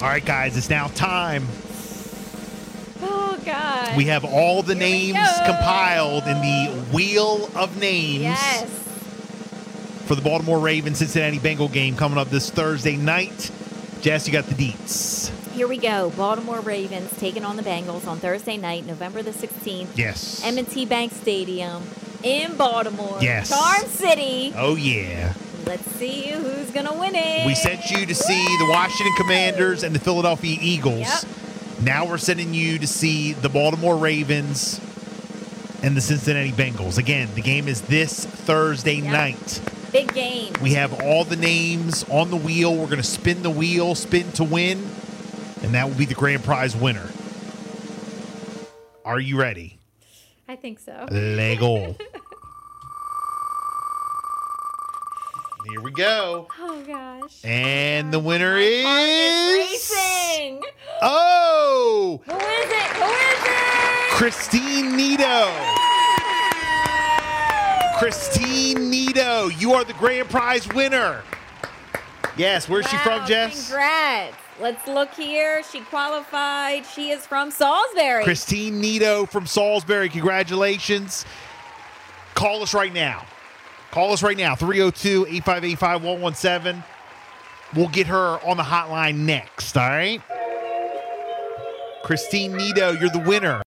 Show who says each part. Speaker 1: All right, guys, it's now time.
Speaker 2: Oh, God.
Speaker 1: We have all the
Speaker 2: Here we
Speaker 1: names
Speaker 2: go.
Speaker 1: compiled in the Wheel of Names for the Baltimore Ravens Cincinnati Bengal game coming up this Thursday night. Jess, you got the deets.
Speaker 2: Here we go. Baltimore Ravens taking on the Bengals on Thursday night, November the 16th.
Speaker 1: Yes.
Speaker 2: M&T Bank Stadium in Baltimore.
Speaker 1: Yes.
Speaker 2: Charm City.
Speaker 1: Oh, yeah.
Speaker 2: Let's see who's going to win it.
Speaker 1: We sent you to see the Washington Commanders and the Philadelphia Eagles.
Speaker 2: Yep.
Speaker 1: Now we're sending you to see the Baltimore Ravens and the Cincinnati Bengals. Again, the game is this Thursday
Speaker 2: Yep.
Speaker 1: night.
Speaker 2: Big game.
Speaker 1: We have all the names on the wheel. We're going to spin the wheel, spin to win, and that will be the grand prize winner. Are you ready?
Speaker 2: I think so.
Speaker 1: Lego. Here we go.
Speaker 2: Oh, gosh.
Speaker 1: And the winner
Speaker 2: It's
Speaker 1: is.
Speaker 2: racing.
Speaker 1: Oh,
Speaker 2: Who is it? Who is it?
Speaker 1: Christine Nito. Christine Nito, you are the grand prize winner. Yes, where's she
Speaker 2: Wow,
Speaker 1: from, Jess?
Speaker 2: Congrats. Let's look here. She qualified. She is from Salisbury.
Speaker 1: Christine Nito from Salisbury. Congratulations. Call us right now. Call us right now 302 858 5117. We'll get her on the hotline next. All right. Christine Nito, you're the winner.